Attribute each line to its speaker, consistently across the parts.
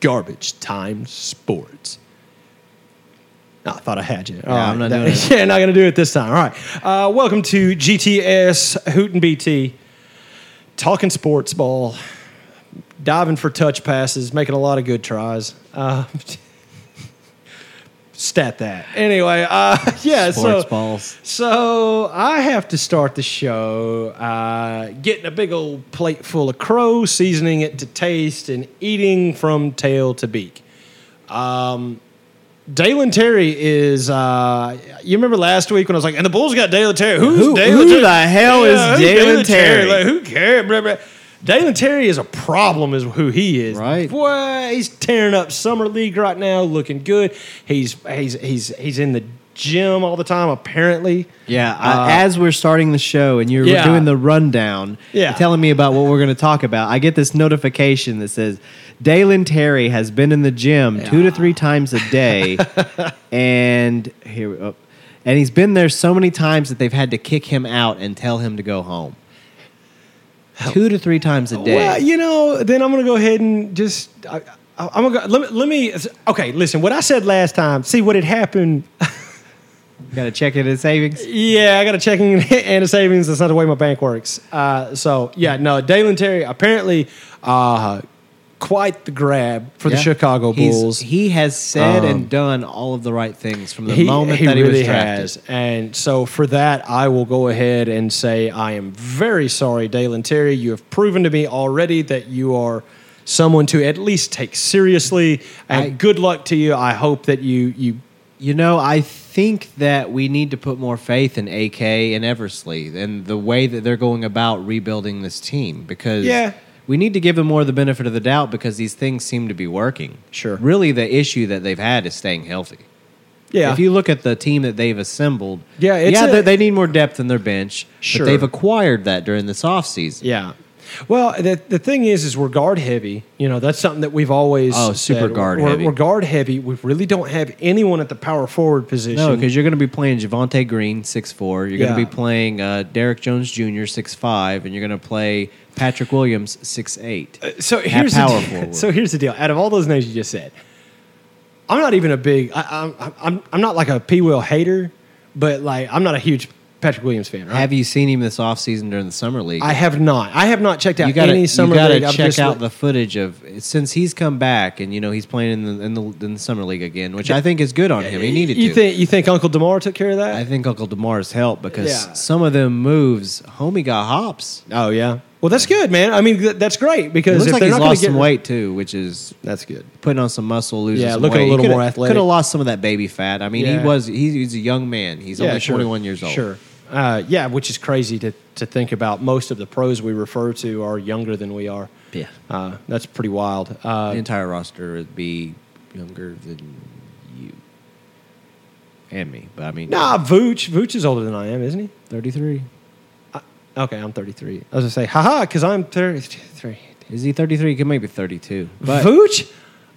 Speaker 1: garbage time sports. No, I thought I had you. All
Speaker 2: Oh, I'm not doing it.
Speaker 1: Yeah, not going to do it this time. All right. Uh, welcome to GTS Hoot and BT, talking sports ball, diving for touch passes, making a lot of good tries. Uh, stat that. Anyway, uh, yeah.
Speaker 2: Sports
Speaker 1: so,
Speaker 2: balls.
Speaker 1: so I have to start the show uh, getting a big old plate full of crow, seasoning it to taste, and eating from tail to beak. Um, Dalen Terry is. Uh, you remember last week when I was like, "And the Bulls got Dalen Terry. Who's
Speaker 2: Who-
Speaker 1: Dalen
Speaker 2: who
Speaker 1: Terry?
Speaker 2: the hell is
Speaker 1: who's
Speaker 2: Dalen Terry?
Speaker 1: Like, who cares? Blah, blah. Dalen Terry is a problem, is who he is.
Speaker 2: Right.
Speaker 1: Boy, he's tearing up summer league right now, looking good. He's he's he's he's in the gym all the time, apparently.
Speaker 2: Yeah,
Speaker 1: Uh,
Speaker 2: I, as we're starting the show and you're
Speaker 1: Yeah.
Speaker 2: doing the rundown,
Speaker 1: Yeah.
Speaker 2: and telling me about what we're going to talk about, I get this notification that says Dalen Terry has been in the gym two to three times a day, and here we oh, and he's been there so many times that they've had to kick him out and tell him to go home. Two to three times a day.
Speaker 1: Well, you know, then I'm gonna go ahead and just I, I, I'm gonna go, let me let me okay. Listen, what I said last time. See what had happened.
Speaker 2: Got to check it in savings.
Speaker 1: yeah, I got a checking and a savings. That's not the way my bank works. Uh, so yeah, no, Dalen Terry apparently uh, quite the grab for the
Speaker 2: Yeah.
Speaker 1: Chicago
Speaker 2: He's-
Speaker 1: Bulls.
Speaker 2: he has said
Speaker 1: Um,
Speaker 2: and done all of the right things from the moment that he was drafted.
Speaker 1: And so for that, I will go ahead and say I am very sorry, Dalen Terry. You have proven to me already that you are someone to at least take seriously. And
Speaker 2: I-
Speaker 1: good luck to you. I hope that you you
Speaker 2: You know, I think that we need to put more faith in AK and Eversley and the way that they're going about rebuilding this team because
Speaker 1: Yeah.
Speaker 2: we need to give them more of the benefit of the doubt because these things seem to be working.
Speaker 1: Sure.
Speaker 2: Really, the issue that they've had is staying healthy.
Speaker 1: yeah.
Speaker 2: If you look at the team that they've assembled,
Speaker 1: Yeah, it's
Speaker 2: yeah,
Speaker 1: a-
Speaker 2: they- they need more depth in their bench.
Speaker 1: Sure.
Speaker 2: But they've acquired that during this offseason.
Speaker 1: yeah. Well, the, the thing is, is we're guard heavy. You know, that's something that we've always
Speaker 2: Oh, super
Speaker 1: said.
Speaker 2: guard
Speaker 1: we're,
Speaker 2: heavy.
Speaker 1: We're guard heavy. We really don't have anyone at the power forward position.
Speaker 2: No, because you're going to be playing Javante Green, 6'4". You're
Speaker 1: Yeah.
Speaker 2: going to be playing uh, Derek Jones Jr., 6'5", and you're going to play Patrick Williams, 6'8".
Speaker 1: so
Speaker 2: At
Speaker 1: here's
Speaker 2: power
Speaker 1: the,
Speaker 2: forward.
Speaker 1: so here's the deal. Out of all those names you just said, I'm not even a big. I, I'm I'm I'm not like a P Will hater, but like I'm not a huge Patrick Williams fan. Right?
Speaker 2: Have you seen him this offseason during the summer league?
Speaker 1: I have not. I have not checked out
Speaker 2: you gotta,
Speaker 1: any
Speaker 2: you
Speaker 1: summer
Speaker 2: gotta
Speaker 1: league. I've
Speaker 2: check
Speaker 1: just-
Speaker 2: out the footage of since he's come back, and you know he's playing in the in the, in the summer league again, which I think is good on him. He needed
Speaker 1: You
Speaker 2: to.
Speaker 1: think you think Uncle Demar took care of that?
Speaker 2: I think Uncle Demar's helped because
Speaker 1: Yeah.
Speaker 2: some of them moves, homie got hops.
Speaker 1: oh yeah. Well, that's good, man. I mean, th- that's great
Speaker 2: It
Speaker 1: because
Speaker 2: looks
Speaker 1: if
Speaker 2: like
Speaker 1: they're not
Speaker 2: he's
Speaker 1: gonna
Speaker 2: lost
Speaker 1: get,
Speaker 2: some weight too, which is
Speaker 1: That's good.
Speaker 2: putting on some muscle, losing
Speaker 1: Yeah,
Speaker 2: some
Speaker 1: looking a
Speaker 2: weight.
Speaker 1: little more athletic.
Speaker 2: Could have lost some of that baby fat. I mean,
Speaker 1: Yeah.
Speaker 2: he was he's, he's a young man. He's only
Speaker 1: sure.
Speaker 2: 21 years old.
Speaker 1: Sure. Uh, yeah, which is crazy to, to think about. Most of the pros we refer to are younger than we are.
Speaker 2: Yeah.
Speaker 1: Uh, that's pretty wild. Uh,
Speaker 2: The entire roster would be younger than you and me. But I mean,
Speaker 1: Nah, Vooch. Vooch is older than I am, isn't he?
Speaker 2: 33.
Speaker 1: Okay, I'm 33. I was gonna say, haha, because I'm 33.
Speaker 2: Is he 33? He could maybe 32. But
Speaker 1: Vooch,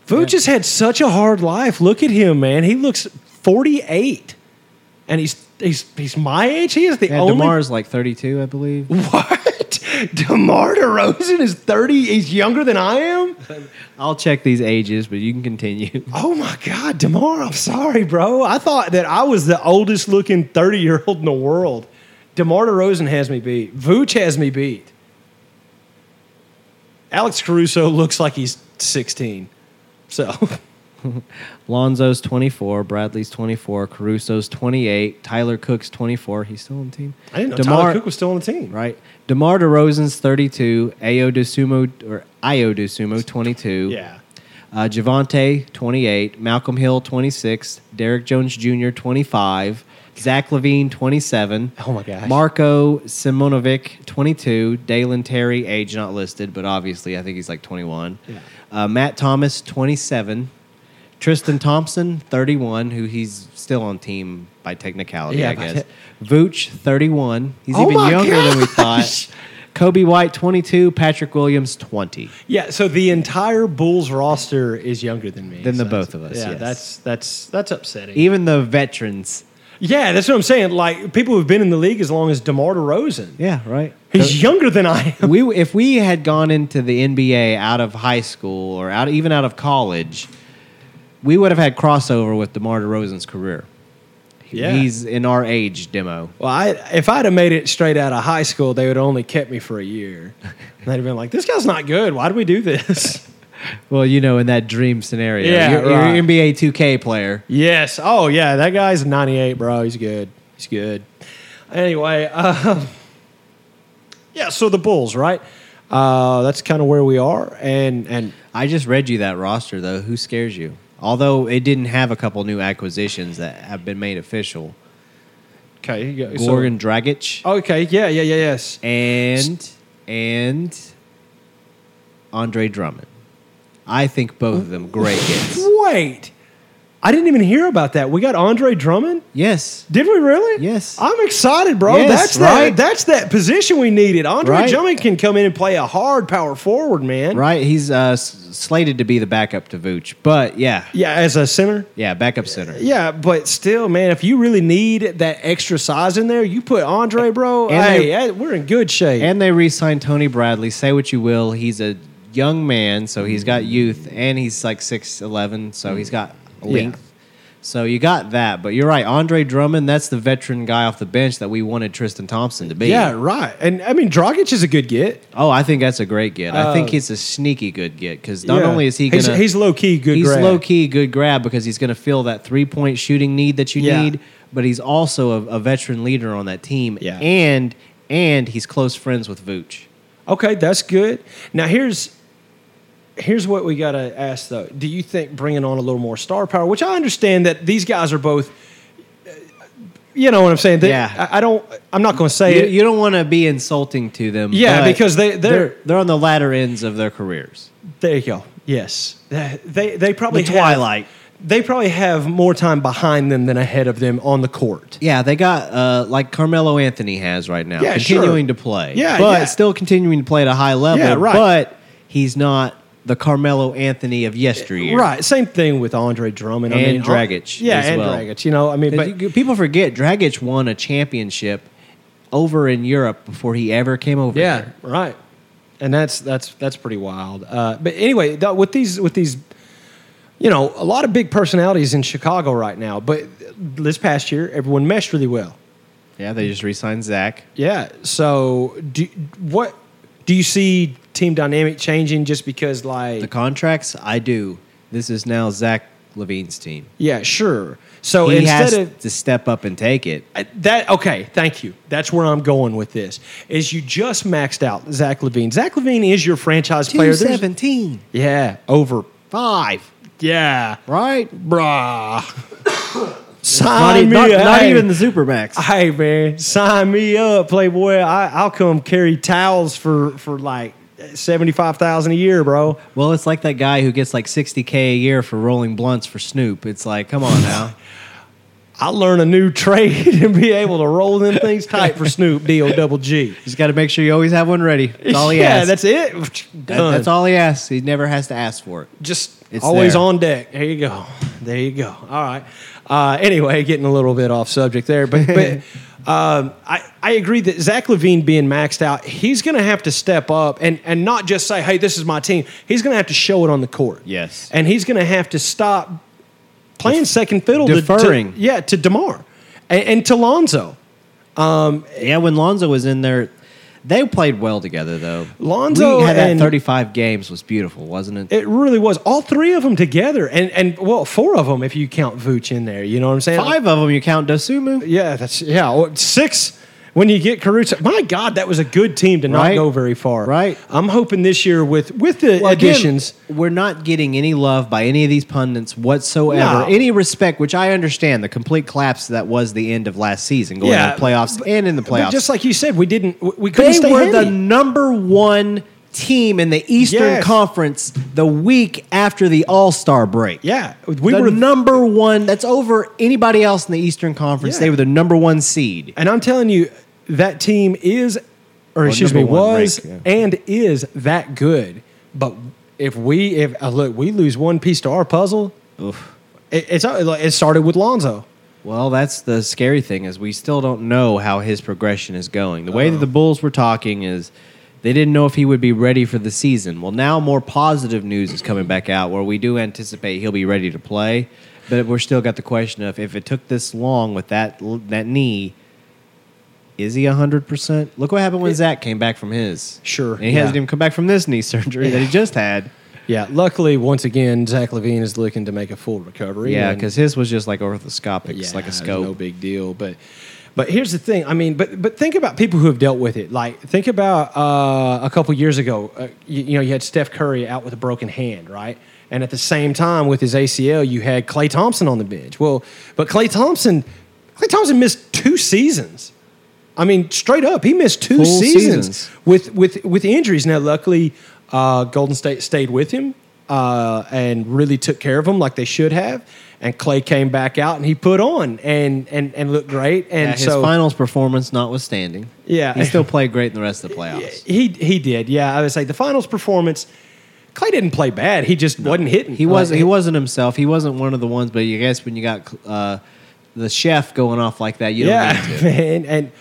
Speaker 1: Vooch has had such a hard life. Look at him, man. He looks 48, and he's he's he's my age. He is the
Speaker 2: yeah,
Speaker 1: only.
Speaker 2: DeMar's like 32, I believe.
Speaker 1: what? Demar Derozan is 30. He's younger than I am.
Speaker 2: I'll check these ages, but you can continue.
Speaker 1: Oh my God, Demar! I'm sorry, bro. I thought that I was the oldest looking 30 year old in the world. Demar Derozan has me beat. Vooch has me beat. Alex Caruso looks like he's 16. So
Speaker 2: Lonzo's 24, Bradley's 24, Caruso's 28, Tyler Cook's 24. He's still on the team.
Speaker 1: I didn't know Tyler Cook was still on the team.
Speaker 2: Right. DeMar DeRozan's 32, Ayo DeSumo or Io DeSumo 22.
Speaker 1: Yeah.
Speaker 2: Uh, Javante 28, Malcolm Hill 26, Derek Jones Jr. 25, Zach Levine 27.
Speaker 1: Oh my gosh.
Speaker 2: Marco Simonovic 22, Dalen Terry age not listed, but obviously I think he's like 21.
Speaker 1: Yeah.
Speaker 2: Uh, Matt Thomas 27. Tristan Thompson, 31, who he's still on team by technicality,
Speaker 1: Yeah,
Speaker 2: I
Speaker 1: by
Speaker 2: guess.
Speaker 1: te-
Speaker 2: Vooch, 31. He's
Speaker 1: Oh my
Speaker 2: even younger than we
Speaker 1: gosh.
Speaker 2: thought. Kobe White, 22. Patrick Williams, 20.
Speaker 1: Yeah, so the entire Bulls roster is younger than me.
Speaker 2: Than the
Speaker 1: So
Speaker 2: both of us,
Speaker 1: Yeah,
Speaker 2: yes. E-
Speaker 1: that's that's that's upsetting.
Speaker 2: Even the veterans.
Speaker 1: yeah, that's what I'm saying. Like people who've been in the league as long as DeMar DeRozan.
Speaker 2: Yeah, right.
Speaker 1: He's younger than I am.
Speaker 2: we if we had gone into the NBA out of high school or out even out of college, we would have had crossover with DeMar DeRozan's career.
Speaker 1: Yeah.
Speaker 2: He's in our age demo.
Speaker 1: Well, I, if I'd have made it straight out of high school, they would have only kept me for a year. And they'd have been like, this guy's not good. Why do we do this?
Speaker 2: Well, you know, in that dream scenario,
Speaker 1: Yeah,
Speaker 2: you're,
Speaker 1: right.
Speaker 2: you're NBA 2K player.
Speaker 1: yes. Oh, yeah. That guy's 98, bro. He's good. He's good. Anyway, um, yeah. So the Bulls, right? Uh, that's kind of where we are. And, and
Speaker 2: I just read you that roster though. Who scares you? Although it didn't have a couple new acquisitions that have been made official.
Speaker 1: okay. you go- so-
Speaker 2: Goran Dragic
Speaker 1: okay. Yeah. Yeah. Yeah. Yes.
Speaker 2: and and Andre Drummond. I think both of them great gets.
Speaker 1: Wait. I didn't even hear about that. We got Andre Drummond.
Speaker 2: Yes.
Speaker 1: Did we really?
Speaker 2: Yes.
Speaker 1: I'm excited, bro.
Speaker 2: Yes,
Speaker 1: that's
Speaker 2: right?
Speaker 1: that. That's that position we needed. Andre
Speaker 2: Right.
Speaker 1: Drummond can come in and play a hard power forward, man.
Speaker 2: Right, he's uh, s- slated to be the backup to Vooch, but yeah,
Speaker 1: Yeah, as a center.
Speaker 2: yeah, backup center.
Speaker 1: Yeah, but still, man, if you really need that extra size in there, you put Andre, bro.
Speaker 2: And
Speaker 1: hey,
Speaker 2: they-
Speaker 1: hey, we're in good shape.
Speaker 2: And they re-signed Tony Bradley. Say what you will, he's a young man, so he's got youth, and he's like six eleven, so he's got length. So you got that, but you're right, Andre Drummond. That's the veteran guy off the bench that we wanted Tristan Thompson to be.
Speaker 1: yeah, right. And I mean, Dragic is a good get.
Speaker 2: Oh, I think that's a great get. I think
Speaker 1: Uh,
Speaker 2: he's a sneaky good get because not
Speaker 1: Yeah.
Speaker 2: only is he gonna
Speaker 1: he's, he's low key good.
Speaker 2: he's
Speaker 1: grab.
Speaker 2: low key good grab because he's going to fill that three point shooting need that you
Speaker 1: Yeah.
Speaker 2: need. But he's also a, a veteran leader on that team,
Speaker 1: Yeah.
Speaker 2: and and he's close friends with Vooch.
Speaker 1: Okay, that's good. Now here's here's what we gotta ask though. Do you think bringing on a little more star power, which I understand that these guys are both, uh, you know what I'm saying? They-
Speaker 2: Yeah.
Speaker 1: I, I don't. I'm not gonna say
Speaker 2: You,
Speaker 1: it.
Speaker 2: you don't want to be insulting to them,
Speaker 1: Uh, Yeah,
Speaker 2: but
Speaker 1: because they- they're-
Speaker 2: they're they're on the latter ends of their careers.
Speaker 1: there you go. Yes, they they, they probably
Speaker 2: The
Speaker 1: have-
Speaker 2: twilight.
Speaker 1: they probably have more time behind them than ahead of them on the court.
Speaker 2: Yeah, they got uh, like Carmelo Anthony has right now,
Speaker 1: Yeah, sure.
Speaker 2: continuing to play.
Speaker 1: Yeah,
Speaker 2: but
Speaker 1: yeah.
Speaker 2: still continuing to play at a high level.
Speaker 1: Yeah, right.
Speaker 2: But he's not the Carmelo Anthony of yesteryear.
Speaker 1: Right. Same thing with Andre Drummond
Speaker 2: And
Speaker 1: I mean,
Speaker 2: Dragic
Speaker 1: Yeah,
Speaker 2: as
Speaker 1: and
Speaker 2: well.
Speaker 1: Dragic. You know, I mean,
Speaker 2: 'Cause
Speaker 1: but
Speaker 2: you- people forget Dragic won a championship over in Europe before he ever came over.
Speaker 1: Yeah,
Speaker 2: here.
Speaker 1: right. And that's that's that's pretty wild. Uh, but anyway, th- with these with these, you know, a lot of big personalities in Chicago right now. But this past year, everyone meshed really well.
Speaker 2: yeah, they just re-signed Zach.
Speaker 1: Yeah. So do what do you see team dynamic changing just because like
Speaker 2: The contracts, I do. This is now Zach Levine's team.
Speaker 1: yeah sure. So
Speaker 2: he
Speaker 1: Oh, instead
Speaker 2: has
Speaker 1: of
Speaker 2: to step up and take it.
Speaker 1: I- that okay thank you that's where i'm going with this is you just maxed out zach levine zach levine is your franchise player
Speaker 2: Two
Speaker 1: There's-
Speaker 2: seventeen
Speaker 1: yeah over
Speaker 2: five,
Speaker 1: yeah
Speaker 2: right?
Speaker 1: Bruh.
Speaker 2: Not,
Speaker 1: Sign
Speaker 2: e-
Speaker 1: me
Speaker 2: not,
Speaker 1: up.
Speaker 2: not
Speaker 1: hey,
Speaker 2: even the Supermax.
Speaker 1: Hey man, sign me up, Playboy. I, I'll come carry towels for for like seventy five thousand a year, bro.
Speaker 2: Well, it's like that guy who gets like sixty k a year for rolling blunts for Snoop. It's like, come on now.
Speaker 1: I'll learn a new trade and be able to roll them things tight for Snoop D O double G.
Speaker 2: Just got to make sure you always have one ready. That's all he
Speaker 1: yeah,
Speaker 2: asks.
Speaker 1: that's it.
Speaker 2: That-
Speaker 1: Done.
Speaker 2: that's all he asks. He never has to ask for it.
Speaker 1: Just
Speaker 2: It's
Speaker 1: always
Speaker 2: there.
Speaker 1: on deck. There you go. There you go. All right. Uh, anyway, getting a little bit off subject there, but but um, I I agree that Zach Levine being maxed out, he's going to have to step up and and not just say, "Hey, this is my team." He's going to have to show it on the court.
Speaker 2: Yes.
Speaker 1: and he's going to have to stop playing second fiddle, to-
Speaker 2: deferring.
Speaker 1: To, yeah, to Demar and, and to Lonzo.
Speaker 2: Yeah, when Lonzo was in there, they played well together though.
Speaker 1: Lonzo
Speaker 2: we had that
Speaker 1: and-
Speaker 2: 35 games was beautiful, wasn't it?
Speaker 1: It really was all three of them together, and and well, four of them if you count Vooch in there. You know what I'm saying?
Speaker 2: Five of them you count Dosumu.
Speaker 1: Yeah, that's yeah. or Six when you get Caruso. My God, that was a good team to not
Speaker 2: Right.
Speaker 1: go very far.
Speaker 2: Right.
Speaker 1: I'm hoping this year with with the additions.
Speaker 2: Again, we're not getting any love by any of these pundits whatsoever.
Speaker 1: No.
Speaker 2: Any respect, which I understand. The complete collapse that was the end of last season, going
Speaker 1: Yeah,
Speaker 2: out of playoffs and in the
Speaker 1: but
Speaker 2: playoffs.
Speaker 1: just like you said, we didn't. We we couldn't
Speaker 2: they
Speaker 1: stay
Speaker 2: were the
Speaker 1: healthy.
Speaker 2: number one team in the Eastern
Speaker 1: Yes.
Speaker 2: Conference the week after the All Star break.
Speaker 1: yeah, we
Speaker 2: the
Speaker 1: were.
Speaker 2: number one. That's over anybody else in the Eastern Conference.
Speaker 1: Yeah.
Speaker 2: They were the number one seed.
Speaker 1: and I'm telling you, that team is, or excuse me,
Speaker 2: number one
Speaker 1: was
Speaker 2: rank,
Speaker 1: and is that good. But if we if uh, look, we lose one piece to our puzzle. It, it's uh, like, it started with Lonzo.
Speaker 2: Well, that's the scary thing is we still don't know how his progression is going. The way that the
Speaker 1: Uh-huh.
Speaker 2: Bulls were talking is they didn't know if he would be ready for the season. Well, now more positive news is coming back out where we do anticipate he'll be ready to play, but we're still got the question of if it took this long with that that knee is he 100%? Look what happened when Zach came back from his.
Speaker 1: Sure,
Speaker 2: And he hasn't
Speaker 1: yeah.
Speaker 2: even come back from this knee surgery that he just had.
Speaker 1: Yeah. Luckily, once again, Zach Levine is looking to make a full recovery.
Speaker 2: Yeah,
Speaker 1: and-
Speaker 2: because his was just like orthoscopic,
Speaker 1: Yeah,
Speaker 2: it's like a
Speaker 1: it's
Speaker 2: scope.
Speaker 1: No big deal. But but here's the thing. I mean, but but think about people who have dealt with it. Like think about uh, a couple years ago. Uh, you, you know, you had Steph Curry out with a broken hand, right? And at the same time, with his ACL, you had Clay Thompson on the bench. Well, but Clay Thompson, Clay Thompson missed two seasons. I mean, straight up, he missed two
Speaker 2: Full
Speaker 1: seasons,
Speaker 2: seasons.
Speaker 1: with with with injuries. Now, luckily, uh, Golden State stayed with him uh, and really took care of him like they should have. And Clay came back out and he put on and and and looked great. And
Speaker 2: Yeah, his
Speaker 1: so
Speaker 2: finals performance notwithstanding,
Speaker 1: Yeah.
Speaker 2: he still played great in the rest of the playoffs.
Speaker 1: he he did. Yeah, I would say the finals performance. Clay didn't play bad. He just wasn't hitting.
Speaker 2: He was
Speaker 1: Like,
Speaker 2: he wasn't himself. He wasn't one of the ones. But you guess when you got uh, the chef going off like that, you
Speaker 1: yeah,
Speaker 2: don't need to.
Speaker 1: man. And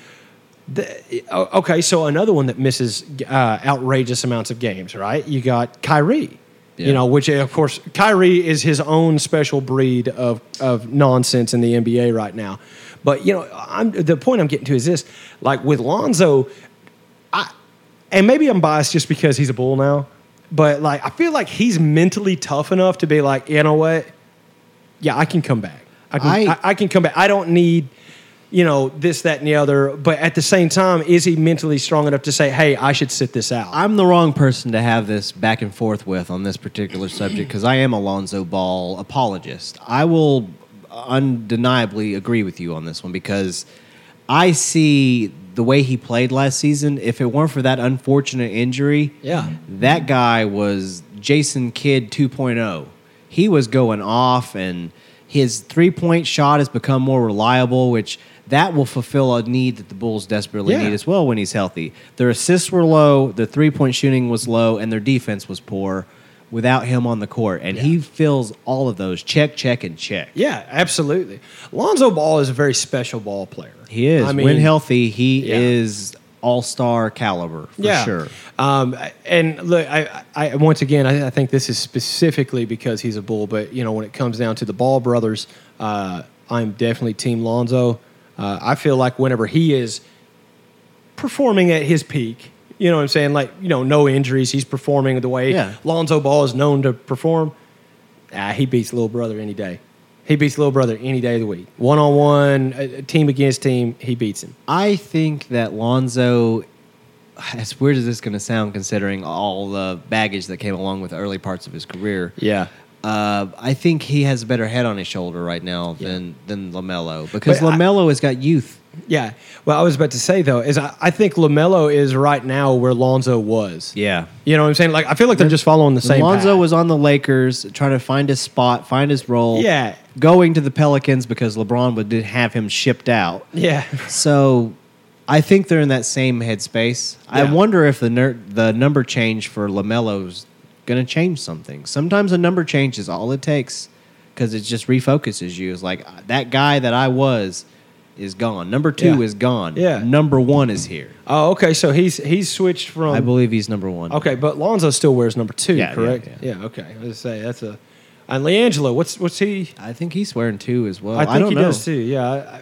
Speaker 1: the, o- okay, so another one that misses uh, outrageous amounts of games, right? You got Kyrie. You
Speaker 2: Yeah.
Speaker 1: know, which of course Kyrie is his own special breed of of nonsense in the NBA right now. But you know, I'm the point I'm getting to is this: like with Lonzo, and maybe I'm biased just because he's a bull now, but like I feel like he's mentally tough enough to be like, you know what? Yeah, I can come back. I can, I,
Speaker 2: I-
Speaker 1: I can come back. I don't need, you know, this, that, and the other. But at the same time, is he mentally strong enough to say, hey, I should sit this out?
Speaker 2: I'm the wrong person to have this back and forth with on this particular subject because I am a Lonzo Ball apologist. I will undeniably agree with you on this one because I see the way he played last season. If it weren't for that unfortunate injury,
Speaker 1: Yeah.
Speaker 2: that guy was Jason Kidd 2.0. He was going off, and his three point shot has become more reliable, which that will fulfill a need that the Bulls desperately
Speaker 1: Yeah.
Speaker 2: need as well when he's healthy. Their assists were low, their three point shooting was low, and their defense was poor without him on the court. And he fills all of those check, check, and check.
Speaker 1: yeah, absolutely. Lonzo Ball is a very special ball player.
Speaker 2: He is.
Speaker 1: I mean,
Speaker 2: when healthy, he
Speaker 1: Yeah.
Speaker 2: is all star caliber for sure.
Speaker 1: Um, and look, I, I once again, I, I think this is specifically because he's a bull. But you know, when it comes down to the Ball brothers, uh, I'm definitely Team Lonzo. Uh, I feel like whenever he is performing at his peak, you know what I'm saying? Like you know, no injuries, he's performing the way
Speaker 2: Yeah.
Speaker 1: Lonzo Ball is known to perform. Ah, he beats little brother any day. He beats little brother any day of the week. One on one, team against team, he beats him.
Speaker 2: I think that Lonzo, as weird as this is going to sound, considering all the baggage that came along with the early parts of his career,
Speaker 1: Yeah.
Speaker 2: uh, I think he has a better head on his shoulder right now than than Lamelo because
Speaker 1: But I-
Speaker 2: Lamelo has got youth.
Speaker 1: Yeah. Well, I was about to say though is I, I think Lamelo is right now where Lonzo was.
Speaker 2: Yeah,
Speaker 1: You know what I'm saying? Like I feel like they're just following the same.
Speaker 2: Lonzo
Speaker 1: path.
Speaker 2: was on the Lakers trying to find his spot, find his role.
Speaker 1: Yeah.
Speaker 2: going to the Pelicans because LeBron would did have him shipped out.
Speaker 1: Yeah.
Speaker 2: So I think they're in that same headspace. I
Speaker 1: Yeah.
Speaker 2: wonder if the ner- the number change for Lamelo's going to change something. Sometimes a number change is all it takes because it just refocuses you. It's like "Uh, that guy that I was is gone. Number two
Speaker 1: Yeah.
Speaker 2: is gone.
Speaker 1: Yeah.
Speaker 2: Number one is here.
Speaker 1: Oh, okay. So he's he's switched from.
Speaker 2: I believe he's number one.
Speaker 1: Um, Okay, but Lonzo still wears number two,
Speaker 2: Yeah, yeah,
Speaker 1: correct?
Speaker 2: yeah.
Speaker 1: okay. I was gonna say that's a. And Leangelo, what's what's he?
Speaker 2: I think he's wearing two as well.
Speaker 1: I
Speaker 2: I,
Speaker 1: think
Speaker 2: don't
Speaker 1: he
Speaker 2: know.
Speaker 1: does too. Yeah. I, I,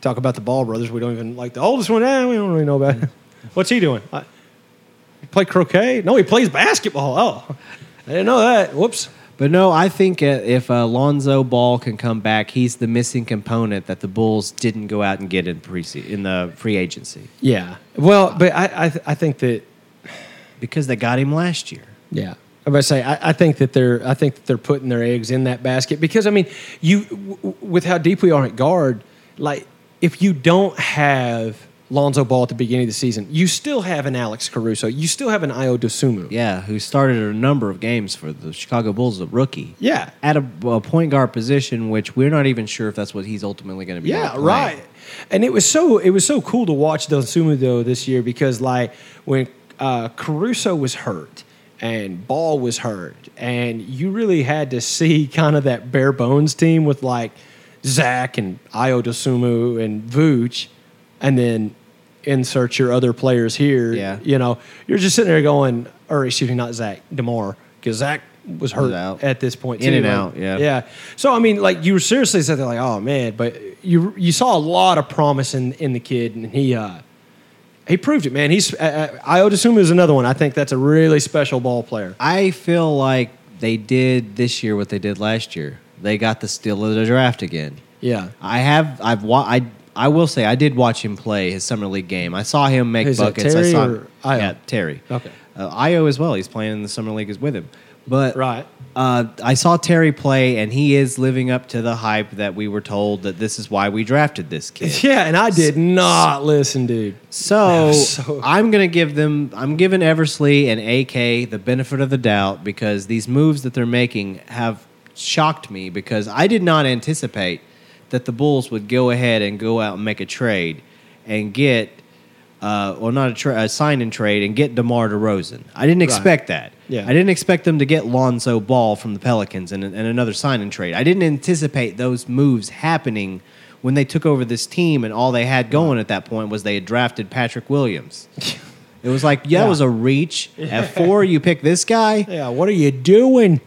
Speaker 1: talk about the Ball brothers. We don't even like the oldest one. Eh, we don't really know about. Him. What's he doing? I, he play croquet? No, he plays basketball. Oh, I didn't know that. Whoops.
Speaker 2: But no, I think uh, if uh, Lonzo Ball can come back, he's the missing component that the Bulls didn't go out and get in pre in the free agency
Speaker 1: Yeah. Well, but I I, th- I think that
Speaker 2: because they got him last year.
Speaker 1: Yeah. I'm about to say, I, I think that they're, I think that they're putting their eggs in that basket because I mean, you w- w- with how deep we are at guard, like if you don't have Lonzo Ball at the beginning of the season, you still have an Alex Caruso, you still have an Io DeSumo.
Speaker 2: Yeah, who started a number of games for the Chicago Bulls, a rookie.
Speaker 1: Yeah.
Speaker 2: At a, a point guard position, which we're not even sure if that's what he's ultimately going to be.
Speaker 1: Yeah,
Speaker 2: able to play.
Speaker 1: right. And it was so it was so cool to watch Dosumu though this year because like when uh, Caruso was hurt and Ball was hurt and you really had to see kind of that bare bones team with like Zach and Io DeSumo and Vooch, and then insert your other players here.
Speaker 2: Yeah.
Speaker 1: You know, you're just sitting there going, or excuse me, not Zach, DeMar, because Zach was hurt
Speaker 2: out.
Speaker 1: at this point
Speaker 2: In
Speaker 1: too,
Speaker 2: and
Speaker 1: like-
Speaker 2: out, yeah.
Speaker 1: yeah. So I mean, like you were seriously sitting there like, oh man, but you you saw a lot of promise in in the kid, and he uh he proved it, man. He's uh, Iodasumu is another one. I think that's a really special ball player.
Speaker 2: I feel like they did this year what they did last year. They got the steal of the draft again.
Speaker 1: Yeah,
Speaker 2: I have. I've. Wa- I. I will say I did watch him play his summer league game. I saw him make
Speaker 1: Is that
Speaker 2: buckets. I
Speaker 1: Terry
Speaker 2: saw
Speaker 1: or Io?
Speaker 2: Yeah, Terry.
Speaker 1: Okay.
Speaker 2: Uh, Io as well. He's playing in the summer league is with him. But
Speaker 1: Right.
Speaker 2: Uh, I saw Terry play, and he is living up to the hype that we were told that this is why we drafted this kid.
Speaker 1: yeah. And I did not listen, dude.
Speaker 2: So,
Speaker 1: So-
Speaker 2: I'm gonna give them. I'm giving Eversley and AK the benefit of the doubt because these moves that they're making have shocked me because I did not anticipate that the Bulls would go ahead and go out and make a trade and get, uh, well, not a, tra- a sign and trade and get DeMar DeRozan. I didn't expect that.
Speaker 1: Yeah.
Speaker 2: I didn't expect them to get Lonzo Ball from the Pelicans and, and another sign and trade. I didn't anticipate those moves happening when they took over this team and all they had going at that point was they had drafted Patrick Williams. It was like, yeah,
Speaker 1: Yeah.
Speaker 2: it was a reach. At four, you pick this guy.
Speaker 1: Yeah, what are you doing?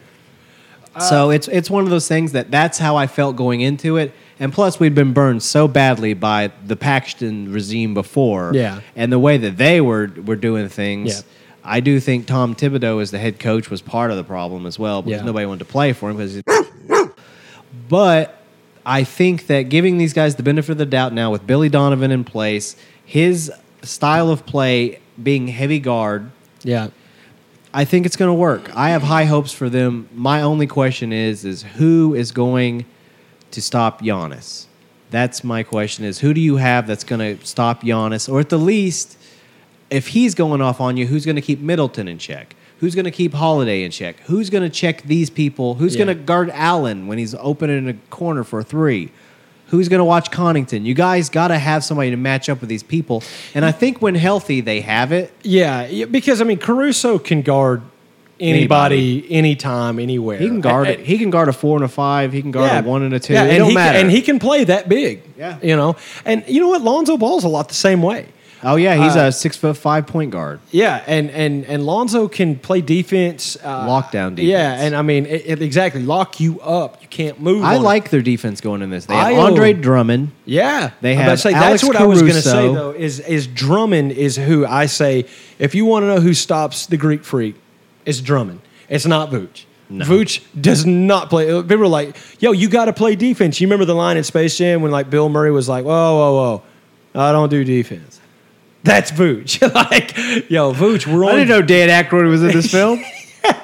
Speaker 1: Uh,
Speaker 2: So it's it's one of those things that that's how I felt going into it. And plus, we'd been burned so badly by the Paxton regime before,
Speaker 1: Yeah.
Speaker 2: and the way that they were were doing things.
Speaker 1: Yeah.
Speaker 2: I do think Tom Thibodeau as the head coach was part of the problem as well because
Speaker 1: Yeah.
Speaker 2: nobody wanted to play for him because. But I think that giving these guys the benefit of the doubt now with Billy Donovan in place, his style of play being heavy guard,
Speaker 1: Yeah,
Speaker 2: I think it's going to work. I have high hopes for them. My only question is is who is going to stop Giannis? That's my question is who do you have that's going to stop Giannis or at the least if he's going off on you, who's going to keep Middleton in check? Who's going to keep Holiday in check? Who's going to check these people? Who's
Speaker 1: Yeah.
Speaker 2: going to guard Allen when he's open in a corner for a 3? Who's going to watch Connington? You guys got to have somebody to match up with these people. And I think when healthy, they have it.
Speaker 1: yeah. y- Because I mean, Caruso can guard anybody, anytime, anywhere.
Speaker 2: He can guard
Speaker 1: A-
Speaker 2: it. He can guard a four and a five. He can guard a one and a two.
Speaker 1: Yeah,
Speaker 2: it
Speaker 1: and
Speaker 2: don't
Speaker 1: he
Speaker 2: matter.
Speaker 1: Can, and he can play that big.
Speaker 2: Yeah.
Speaker 1: you know. And you know what? Lonzo Ball's a lot the same way.
Speaker 2: oh yeah, he's
Speaker 1: uh,
Speaker 2: a six foot five point guard.
Speaker 1: Yeah, and and and Lonzo can play defense, uh,
Speaker 2: Lockdown defense.
Speaker 1: Yeah, and I mean it, it- exactly lock you up. You can't move. on
Speaker 2: I
Speaker 1: him.
Speaker 2: like their defense going in this. They have
Speaker 1: Io-
Speaker 2: Andre Drummond.
Speaker 1: Yeah,
Speaker 2: They
Speaker 1: I'm
Speaker 2: have
Speaker 1: about to say,
Speaker 2: Alex
Speaker 1: that's what I was going to say
Speaker 2: Caruso.
Speaker 1: though. Is is Drummond is who I say if you want to know who stops the Greek Freak, it's Drummond. It's not Vooch. Vooch does not play. uh, People are like, "Yo, you got to play defense." You remember the line in Space Jam when like Bill Murray was like, "Whoa, whoa, whoa, I don't do defense." That's Vooch. like, yo, Vooch, we're on.
Speaker 2: I didn't know Dan Aykroyd was in this film.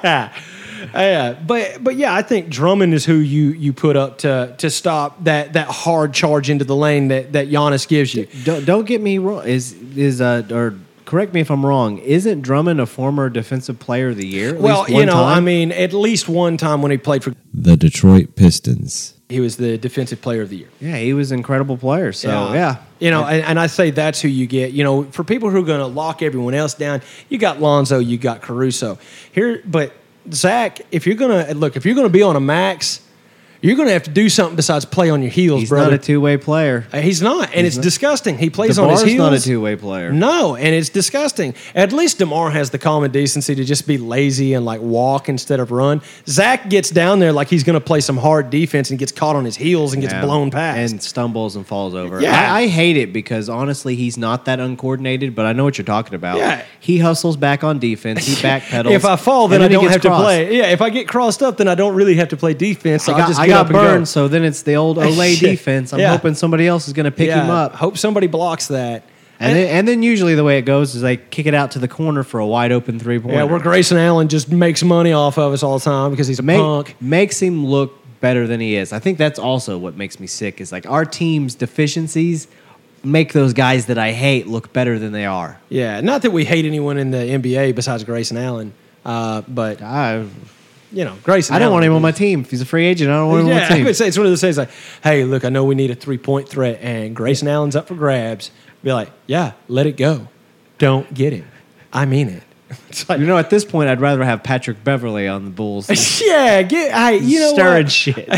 Speaker 1: Yeah, but but yeah, I think Drummond is who you you put up to to stop that that hard charge into the lane that that Giannis gives you.
Speaker 2: don't, don't get me wrong. Is is uh or correct me if I'm wrong. Isn't Drummond a former Defensive Player of the Year? at
Speaker 1: Well,
Speaker 2: least one
Speaker 1: you know,
Speaker 2: time?
Speaker 1: I mean, at least one time when he played for,
Speaker 2: the Detroit Pistons.
Speaker 1: he was the defensive player of the year. Uh,
Speaker 2: Yeah, he was an incredible player. So Oh, yeah.
Speaker 1: You know, and, and I say that's who you get. You know, for people who are going to lock everyone else down, you got Lonzo, you got Caruso. Here, but Zach, if you're going to look, if you're going to be on a max, you're going to have to do something besides play on your heels,
Speaker 2: He's
Speaker 1: brother.
Speaker 2: not a two way player.
Speaker 1: Uh, he's not, and it's disgusting. He plays on his
Speaker 2: DeMar's
Speaker 1: heels.
Speaker 2: not a two way player.
Speaker 1: No, and it's disgusting. At least Demar has the common decency to just be lazy and like walk instead of run. Zach gets down there like he's going to play some hard defense and gets caught on his heels and gets
Speaker 2: Yeah.
Speaker 1: blown past.
Speaker 2: Um, and stumbles and falls over.
Speaker 1: Yeah.
Speaker 2: I, I hate it because honestly, he's not that uncoordinated. But I know what you're talking about.
Speaker 1: Yeah.
Speaker 2: he hustles back on defense. He backpedals.
Speaker 1: if I fall, then
Speaker 2: and
Speaker 1: I
Speaker 2: he
Speaker 1: don't
Speaker 2: gets
Speaker 1: have
Speaker 2: crossed.
Speaker 1: to play. Yeah, if I get crossed up, then I don't really have to play defense.
Speaker 2: I
Speaker 1: So I'll
Speaker 2: got,
Speaker 1: just
Speaker 2: I
Speaker 1: get
Speaker 2: got
Speaker 1: up and go.
Speaker 2: burned, so then it's the old Olay
Speaker 1: Shit.
Speaker 2: defense. I'm
Speaker 1: Yeah.
Speaker 2: hoping somebody else is going to pick
Speaker 1: Yeah,
Speaker 2: him up.
Speaker 1: Hope somebody blocks that.
Speaker 2: And then, and then usually the way it goes is they kick it out to the corner for a wide open three point.
Speaker 1: yeah, where Grayson Allen just makes money off of us all the time because he's a punk.
Speaker 2: makes him look better than he is. I think that's also what makes me sick is like our team's deficiencies make those guys that I hate look better than they are.
Speaker 1: Yeah, not that we hate anyone in the NBA besides Grayson Allen, uh, but
Speaker 2: I
Speaker 1: you know, Grayson.
Speaker 2: I don't
Speaker 1: Allen-
Speaker 2: want him on my team. If he's a free agent, I don't want him
Speaker 1: Yeah, I
Speaker 2: on my
Speaker 1: would
Speaker 2: team.
Speaker 1: say it's one of those things like, hey, look, I know we need a three point threat, and Grayson Allen's up for grabs. Be like, yeah, let it go. Don't get him. I mean it. It's like,
Speaker 2: You know, at this point, I'd rather have Patrick Beverly on the Bulls. than
Speaker 1: yeah, get, hey, you know,
Speaker 2: stirring
Speaker 1: what?
Speaker 2: shit.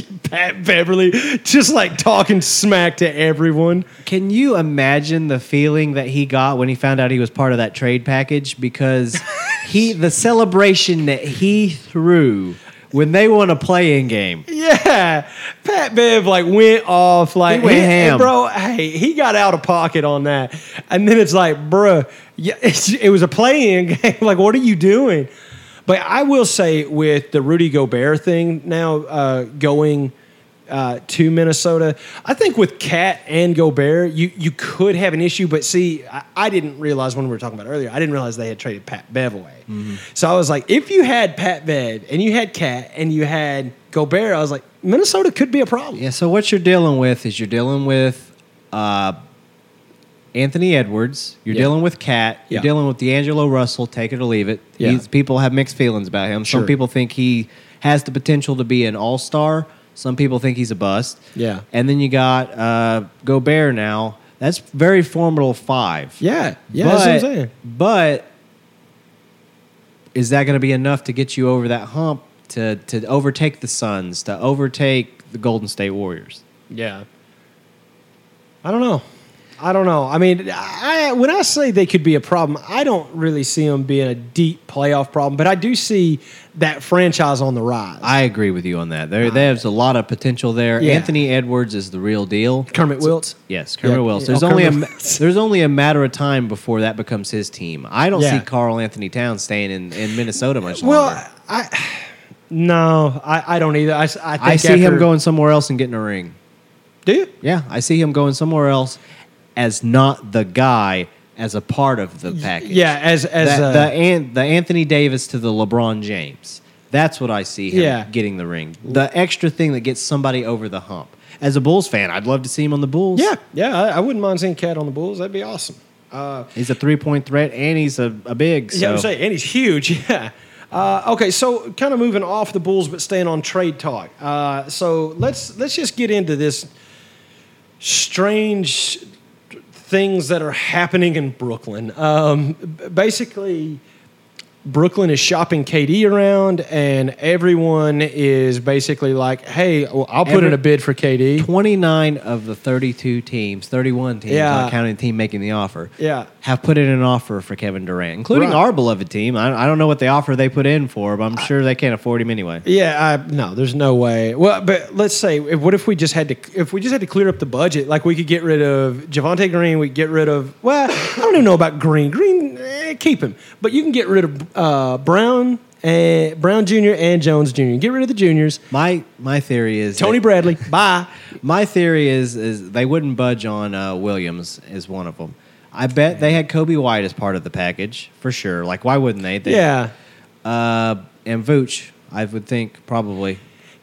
Speaker 1: Pat Beverly just like talking smack to everyone.
Speaker 2: Can you imagine the feeling that he got when he found out he was part of that trade package? Because he, the celebration that he threw when they won a playing game.
Speaker 1: Yeah, Pat Bev like went off like
Speaker 2: He went ham.
Speaker 1: bro. Oh, Hey, he got out of pocket on that, and then it's like, bruh, yeah, it's, it was a playing game. like, what are you doing? But I will say with the Rudy Gobert thing now uh, going uh, to Minnesota, I think with Cat and Gobert, you you could have an issue. But see, I, I didn't realize when we were talking about earlier, I didn't realize they had traded Pat Bev away.
Speaker 2: Mm-hmm.
Speaker 1: So I was like, if you had Pat Bev and you had Cat and you had Gobert, I was like, Minnesota could be a problem.
Speaker 2: Yeah, so what you're dealing with is you're dealing with uh, Anthony Edwards, you're
Speaker 1: Yeah.
Speaker 2: dealing with Cat, you're
Speaker 1: Yeah.
Speaker 2: dealing with D'Angelo Russell, take it or leave it.
Speaker 1: Yeah.
Speaker 2: He's, people have mixed feelings about him.
Speaker 1: Sure.
Speaker 2: Some people think he has the potential to be an all star, some people think he's a bust.
Speaker 1: Yeah.
Speaker 2: And then you got uh, Gobert now. That's very formidable five.
Speaker 1: Yeah, yeah,
Speaker 2: but,
Speaker 1: that's what I'm saying.
Speaker 2: But is that going to be enough to get you over that hump to to overtake the Suns, to overtake the Golden State Warriors?
Speaker 1: Yeah. I don't know. I don't know. I mean, I, when I say they could be a problem, I don't really see them being a deep playoff problem, but I do see that franchise on the rise.
Speaker 2: I agree with you on that. There, there's a lot of potential there.
Speaker 1: Yeah.
Speaker 2: Anthony Edwards is the real deal.
Speaker 1: Kermit Wiltz.
Speaker 2: Yes, Kermit
Speaker 1: Yeah.
Speaker 2: Wills.
Speaker 1: Oh,
Speaker 2: There's only
Speaker 1: Kermit
Speaker 2: a ma-
Speaker 1: Wills.
Speaker 2: there's only a matter of time before that becomes his team. I don't
Speaker 1: Yeah.
Speaker 2: see Carl Anthony Towns staying in, in Minnesota much longer.
Speaker 1: Well, I no, I, I don't either. I, s- I think
Speaker 2: I see him
Speaker 1: after-
Speaker 2: going somewhere else and getting a ring.
Speaker 1: Do you?
Speaker 2: Yeah, I see him going somewhere else as not the guy, as a part of the package.
Speaker 1: Yeah, as as
Speaker 2: That-
Speaker 1: uh,
Speaker 2: the An- the Anthony Davis to the LeBron James. That's what I see him
Speaker 1: Yeah.
Speaker 2: getting the ring. The extra thing that gets somebody over the hump. As a Bulls fan, I'd love to see him on the Bulls.
Speaker 1: yeah, yeah. I, I wouldn't mind seeing Cat on the Bulls. That'd be awesome. Uh,
Speaker 2: He's a three point threat and he's a, a big. So.
Speaker 1: Yeah, I'm saying, and he's huge. Yeah. Uh, okay, so kind of moving off the Bulls, but staying on trade talk. Uh, so let's let's just get into this strange things that are happening in Brooklyn. Um, b- basically, Brooklyn is shopping KD around, and everyone is basically like, "Hey, well, I'll put
Speaker 2: Every-
Speaker 1: in a bid for KD."
Speaker 2: 29 of the 32 teams, 31 teams,
Speaker 1: Yeah.
Speaker 2: not counting the team making the offer,
Speaker 1: Yeah.
Speaker 2: have put in an offer for Kevin Durant, including
Speaker 1: Right.
Speaker 2: our beloved team. I, I don't know what the offer they put in for, but I'm sure they can't afford him anyway.
Speaker 1: Yeah, I, no, there's no way. Well, but let's say, if- what if we just had to, if we just had to clear up the budget? Like we could get rid of Javante Green, we could get rid of. Well, I don't even know about Green. Green, eh, keep him, but you can get rid of uh, Brown and Brown Jr. and Jones Jr. Get rid of the juniors.
Speaker 2: My my theory is
Speaker 1: Tony
Speaker 2: that-
Speaker 1: Bradley, bye.
Speaker 2: My theory is is they wouldn't budge on uh, Williams is one of them. I bet they had Kobe White as part of the package for sure. Like why wouldn't they? they
Speaker 1: Yeah,
Speaker 2: Uh, and Vooch, I would think probably.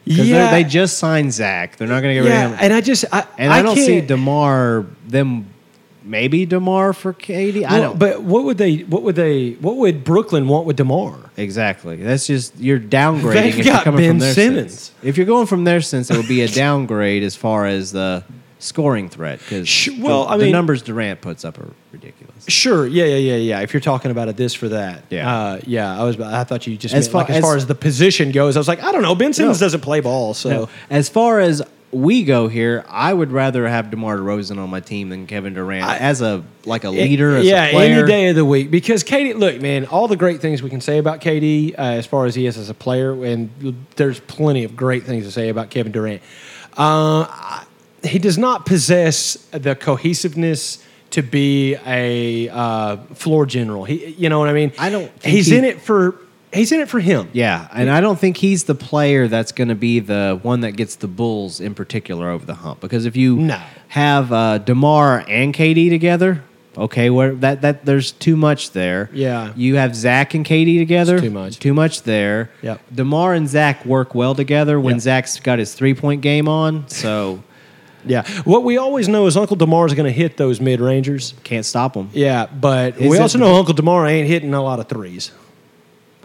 Speaker 2: 'Cause they're-
Speaker 1: Yeah.
Speaker 2: They just signed Zach. They're not going to get rid
Speaker 1: yeah.
Speaker 2: of him.
Speaker 1: And I just, I,
Speaker 2: And I, don't see
Speaker 1: can't-
Speaker 2: Demar them. Maybe Demar for Katie. I
Speaker 1: Well,
Speaker 2: don't.
Speaker 1: But what would they? What would they? What would Brooklyn want with Demar?
Speaker 2: Exactly. That's just you're downgrading.
Speaker 1: They've
Speaker 2: if you're
Speaker 1: got
Speaker 2: coming
Speaker 1: Ben
Speaker 2: from their
Speaker 1: Simmons.
Speaker 2: sense. If you're going from their sense, it would be a downgrade as far as the scoring threat
Speaker 1: Sh-
Speaker 2: because
Speaker 1: well,
Speaker 2: the,
Speaker 1: I
Speaker 2: the
Speaker 1: mean-
Speaker 2: numbers Durant puts up are ridiculous.
Speaker 1: Sure. Yeah. Yeah. Yeah. Yeah. If you're talking about it, this for that.
Speaker 2: Yeah.
Speaker 1: Uh, yeah. I was. I thought you just
Speaker 2: As
Speaker 1: meant,
Speaker 2: far-
Speaker 1: like, as,
Speaker 2: as-
Speaker 1: far as the position goes. I was like, I don't know. Ben Simmons
Speaker 2: No.
Speaker 1: doesn't play ball, so
Speaker 2: So as far as we go here, I would rather have Demar Derozan on my team than Kevin Durant
Speaker 1: I-
Speaker 2: as a like a leader. as
Speaker 1: yeah,
Speaker 2: a player.
Speaker 1: any day of the week. Because KD, look, man, all the great things we can say about KD uh, as far as he is as a player, and there's plenty of great things to say about Kevin Durant. Uh, I- he does not possess the cohesiveness to be a uh, floor general. He, you know what I mean?
Speaker 2: I don't think
Speaker 1: He's
Speaker 2: he-
Speaker 1: in it for. He's in it for him.
Speaker 2: Yeah, and I don't think he's the player that's going to be the one that gets the Bulls in particular over the hump. Because if you
Speaker 1: No.
Speaker 2: have uh, Demar and KD together, okay, where that that there's too much there.
Speaker 1: Yeah.
Speaker 2: you have Zach and KD together,
Speaker 1: It's too much.
Speaker 2: too much there.
Speaker 1: Yep.
Speaker 2: Demar and Zach work well together when
Speaker 1: Yep.
Speaker 2: Zach's got his three point game on, so
Speaker 1: Yeah. What we always know is Uncle Demar's going to hit those mid rangers.
Speaker 2: can't stop him.
Speaker 1: Yeah, but
Speaker 2: Is
Speaker 1: we
Speaker 2: it-
Speaker 1: also know Uncle Demar ain't hitting a lot of threes.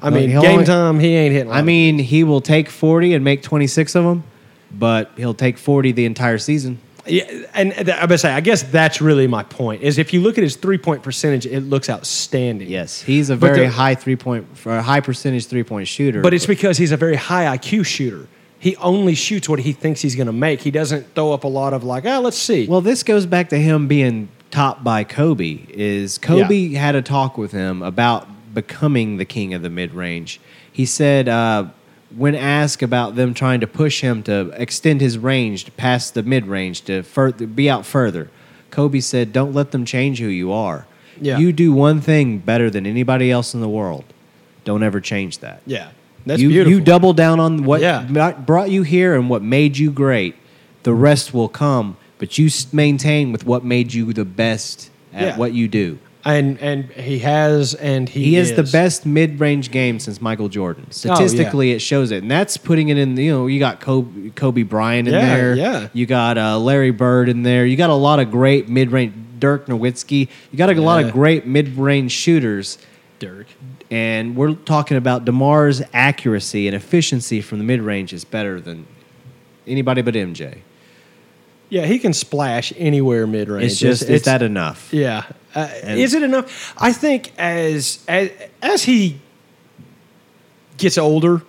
Speaker 1: I
Speaker 2: Well,
Speaker 1: mean,
Speaker 2: he'll
Speaker 1: game
Speaker 2: only-
Speaker 1: time he ain't hitting. a lot
Speaker 2: I
Speaker 1: of-
Speaker 2: mean, he will take forty and make twenty six of them, but he'll take forty the entire season.
Speaker 1: yeah, and th- I'm gonna say, I guess that's really my point. Is if you look at his three point percentage, it looks outstanding.
Speaker 2: Yes, he's a
Speaker 1: But
Speaker 2: very
Speaker 1: the-
Speaker 2: high three point, or a high percentage three point shooter.
Speaker 1: but it's because he's a very high IQ shooter. he only shoots what he thinks he's going to make. He doesn't throw up a lot of like, ah, let's see.
Speaker 2: Well, this goes back to him being topped by Kobe. Is Kobe had a talk with him about becoming the king of the mid range. He said uh, when asked about them trying to push him to extend his range to past the mid range to further be out further, Kobe said, "Don't let them change who you are.
Speaker 1: Yeah.
Speaker 2: You do one thing better than anybody else in the world. Don't ever change that."
Speaker 1: yeah, that's
Speaker 2: you,
Speaker 1: beautiful.
Speaker 2: You double down on what
Speaker 1: Yeah.
Speaker 2: br- brought you here and what made you great. The rest will come, but you s- maintain with what made you the best at
Speaker 1: Yeah.
Speaker 2: what you do.
Speaker 1: and and he has, and he, Oh,
Speaker 2: He, is, the best mid-range game since Michael Jordan.
Speaker 1: yeah.
Speaker 2: Statistically, it shows it, and that's putting it in. You know, you got Kobe, Kobe Bryant in
Speaker 1: Yeah,
Speaker 2: there.
Speaker 1: yeah.
Speaker 2: You got uh, Larry Bird in there. You got a lot of great mid-range. Dirk Nowitzki. You got a lot
Speaker 1: Yeah.
Speaker 2: of great mid-range shooters.
Speaker 1: Dirk.
Speaker 2: and we're talking about DeMar's accuracy and efficiency from the mid range is better than anybody but MJ.
Speaker 1: Yeah, he can splash anywhere mid range.
Speaker 2: It's just is that enough?
Speaker 1: Yeah, uh, is it enough? I think as as as he gets older,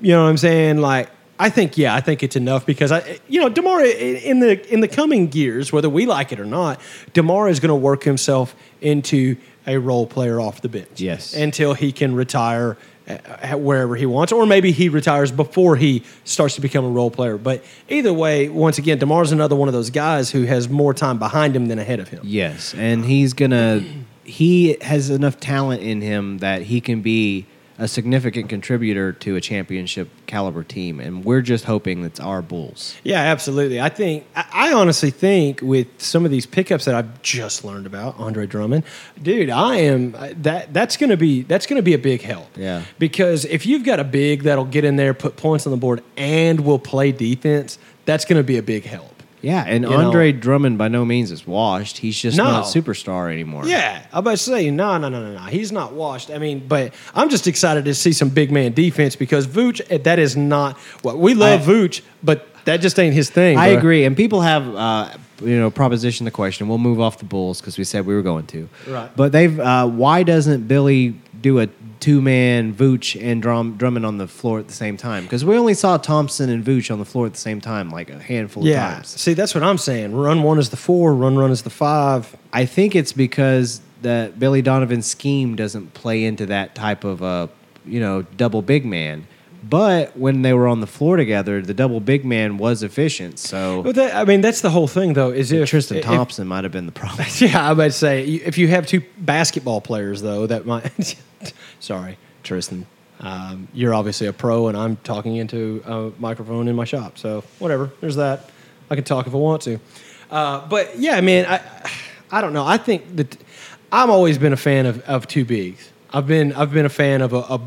Speaker 1: you know what I'm saying. Like, I think yeah, I think it's enough because I, you know, Demar i- in the in the coming years, whether we like it or not, Demar is going to work himself into a role player off the bench.
Speaker 2: Yes.
Speaker 1: until he can retire a- a- wherever he wants, or maybe he retires before he starts to become a role player. But either way, once again, Demar's another one of those guys who has more time behind him than ahead of him.
Speaker 2: Yes, and he's gonna. He has enough talent in him that he can be a significant contributor to a championship caliber team, and we're just hoping that's our Bulls.
Speaker 1: Yeah, absolutely. I think I, I honestly think with some of these pickups that I've just learned about, Andre Drummond, dude, I am that that's gonna be that's gonna be a big help.
Speaker 2: Yeah.
Speaker 1: Because if you've got a big that'll get in there, put points on the board, and will play defense, that's gonna be a big help.
Speaker 2: Yeah, and
Speaker 1: You know-
Speaker 2: Andre Drummond by no means is washed. He's just
Speaker 1: No.
Speaker 2: not a superstar anymore.
Speaker 1: Yeah, I'm about to say no, no, no, no, no. He's not washed. I mean, but I'm just excited to see some big man defense because Vooch, eh, that is not what we love.
Speaker 2: I-
Speaker 1: Vooch, but that just ain't his thing.
Speaker 2: I
Speaker 1: bro.
Speaker 2: agree. And people have, uh, you know, propositioned the question. We'll move off the Bulls because we said we were going to.
Speaker 1: Right.
Speaker 2: But they've, uh, why doesn't Billy do a two man Vooch and Drum, Drummond on the floor at the same time? Because we only saw Thompson and Vooch on the floor at the same time, like a handful
Speaker 1: Yeah.
Speaker 2: of times.
Speaker 1: See, that's what I'm saying. Run one is the four, run run is the five.
Speaker 2: I think it's because the Billy Donovan scheme doesn't play into that type of uh, you know double big man. But when they were on the floor together, the double big man was efficient. So
Speaker 1: But that, I mean, that's the whole thing, though. Is if
Speaker 2: Tristan
Speaker 1: if-
Speaker 2: Thompson might have been the problem.
Speaker 1: yeah, I would say you- if you have two basketball players, though, that might. sorry, Tristan. Um, you're obviously a pro, and I'm talking into a microphone in my shop. So whatever. There's that. I can talk if I want to. Uh, but yeah, man, I I don't know. I think that I've always been a fan of, of two bigs. I've been I've been a fan of a, a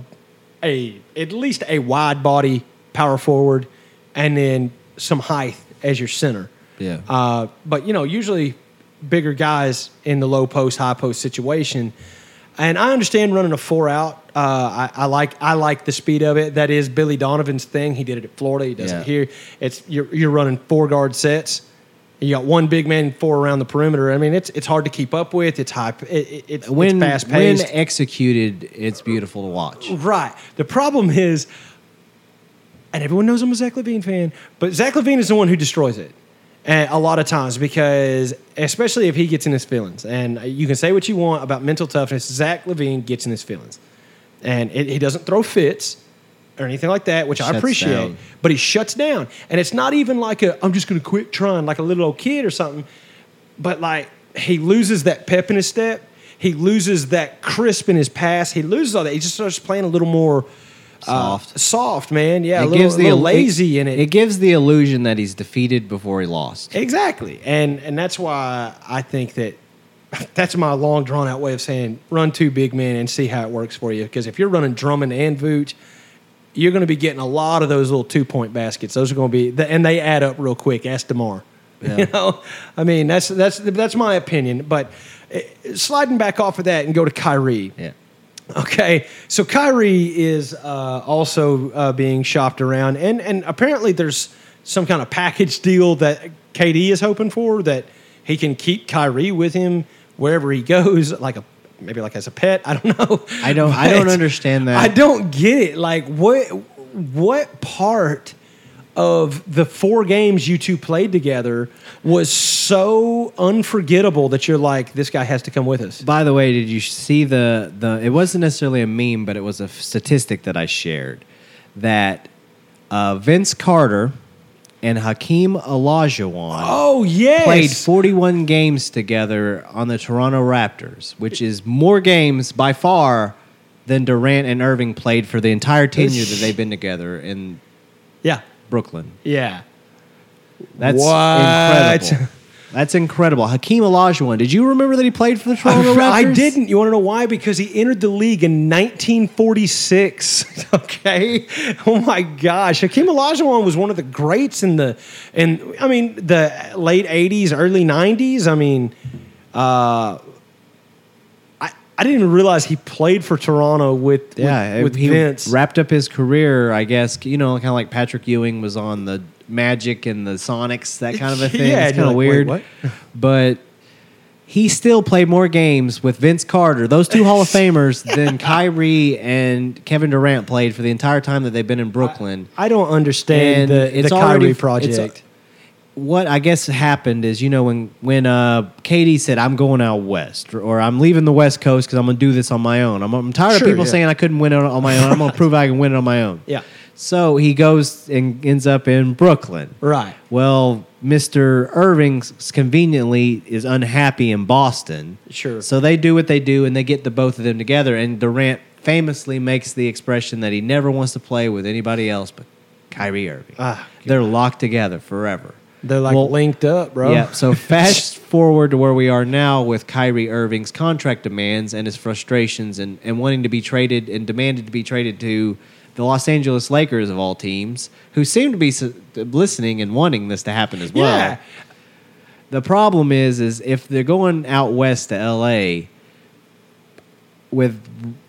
Speaker 1: a at least a wide body power forward, and then some height as your center.
Speaker 2: Yeah.
Speaker 1: Uh, but you know, usually bigger guys in the low post, high post situation. And I understand running a four out. Uh, I, I like I like the speed of it. That is Billy Donovan's thing. He did it at Florida. He does
Speaker 2: Yeah.
Speaker 1: it here. It's you're, you're running four guard sets. You got one big man, four around the perimeter. I mean, it's it's hard to keep up with. It's high. It, it, it's,
Speaker 2: when
Speaker 1: it's fast
Speaker 2: when
Speaker 1: paced.
Speaker 2: executed, it's beautiful to watch.
Speaker 1: Right. The problem is, and everyone knows I'm a Zach Levine fan, but Zach Levine is the one who destroys it and a lot of times because, especially if he gets in his feelings, and you can say what you want about mental toughness, Zach Levine gets in his feelings. And it, he doesn't throw fits or anything like that, which I
Speaker 2: Shuts
Speaker 1: appreciate,
Speaker 2: down.
Speaker 1: but he shuts down. And it's not even like a, I'm just going to quit trying, like a little old kid or something but like he loses that pep in his step. He loses that crisp in his pass. He loses all that. He just starts playing a little more uh,
Speaker 2: Soft.
Speaker 1: soft, man. Yeah, a little, a little lazy in it.
Speaker 2: It gives the illusion that he's defeated before he lost.
Speaker 1: Exactly, and and that's why I think that that's my long drawn out way of saying run two big men and see how it works for you. Because if you're running Drummond and Vooch, you're going to be getting a lot of those little two point baskets. Those are going to be th- and they add up real quick. Ask Demar. You know, I mean that's that's that's my opinion. But eh, sliding back off of that and go to Kyrie.
Speaker 2: Yeah.
Speaker 1: Okay, so Kyrie is uh, also uh, being shopped around, and and apparently there's some kind of package deal that KD is hoping for that he can keep Kyrie with him wherever he goes, like a maybe like as a pet. I don't know.
Speaker 2: I don't- I don't
Speaker 1: But
Speaker 2: understand that.
Speaker 1: I don't get it. Like what what part of the four games you two played together was so unforgettable that you're like, this guy has to come with us.
Speaker 2: By the way, did you see the the? It wasn't necessarily a meme, but it was a f- statistic that I shared that uh, Vince Carter and Hakeem Olajuwon
Speaker 1: Oh yes,
Speaker 2: played 41 games together on the Toronto Raptors, which is more games by far than Durant and Irving played for the entire tenure that they've been together in
Speaker 1: yeah,
Speaker 2: Brooklyn.
Speaker 1: yeah.
Speaker 2: That's
Speaker 1: What?
Speaker 2: incredible. That's incredible. Hakeem Olajuwon, did you remember that he played for Oh, the Toronto Raptors?
Speaker 1: I didn't. You want to know why? Because he entered the league in 1946. okay. Oh my gosh. Hakeem Olajuwon was one of the greats in the, in I mean the late 80s, early 90s. I mean, uh, I I didn't even realize he played for Toronto with
Speaker 2: Yeah,
Speaker 1: with, with
Speaker 2: he
Speaker 1: Vince.
Speaker 2: wrapped up his career, I guess. You know, kind of like Patrick Ewing was on the Magic and the Sonics, that kind of a thing.
Speaker 1: Yeah,
Speaker 2: it's
Speaker 1: and you're
Speaker 2: kind
Speaker 1: like,
Speaker 2: of
Speaker 1: wait,
Speaker 2: weird,
Speaker 1: what?
Speaker 2: but he still played more games with Vince Carter, those two Hall of Famers, than Kyrie and Kevin Durant played for the entire time that they've been in Brooklyn.
Speaker 1: I don't understand
Speaker 2: And
Speaker 1: the,
Speaker 2: it's
Speaker 1: the Kyrie
Speaker 2: already- it's-
Speaker 1: project.
Speaker 2: what I guess happened is, you know, when when uh, Katie said, "I'm going out west," or, or "I'm leaving the West Coast because I'm going to do this on my own." I'm, I'm tired
Speaker 1: Sure,
Speaker 2: of people
Speaker 1: yeah.
Speaker 2: saying I couldn't win it on my own. I'm going to prove I can win it on my own.
Speaker 1: Yeah.
Speaker 2: So he goes and ends up in Brooklyn.
Speaker 1: Right.
Speaker 2: Well, Mr. Irving s- conveniently is unhappy in Boston.
Speaker 1: Sure.
Speaker 2: So they do what they do and they get the both of them together. And Durant famously makes the expression that he never wants to play with anybody else but Kyrie Irving.
Speaker 1: Ah,
Speaker 2: They're locked together forever.
Speaker 1: They're like
Speaker 2: Well,
Speaker 1: linked up, bro.
Speaker 2: Yeah. So fast forward to where we are now with Kyrie Irving's contract demands and his frustrations and, and wanting to be traded and demanded to be traded to the Los Angeles Lakers of all teams, who seem to be s- listening and wanting this to happen as well.
Speaker 1: Yeah.
Speaker 2: The problem is, is if they're going out west to L.A. with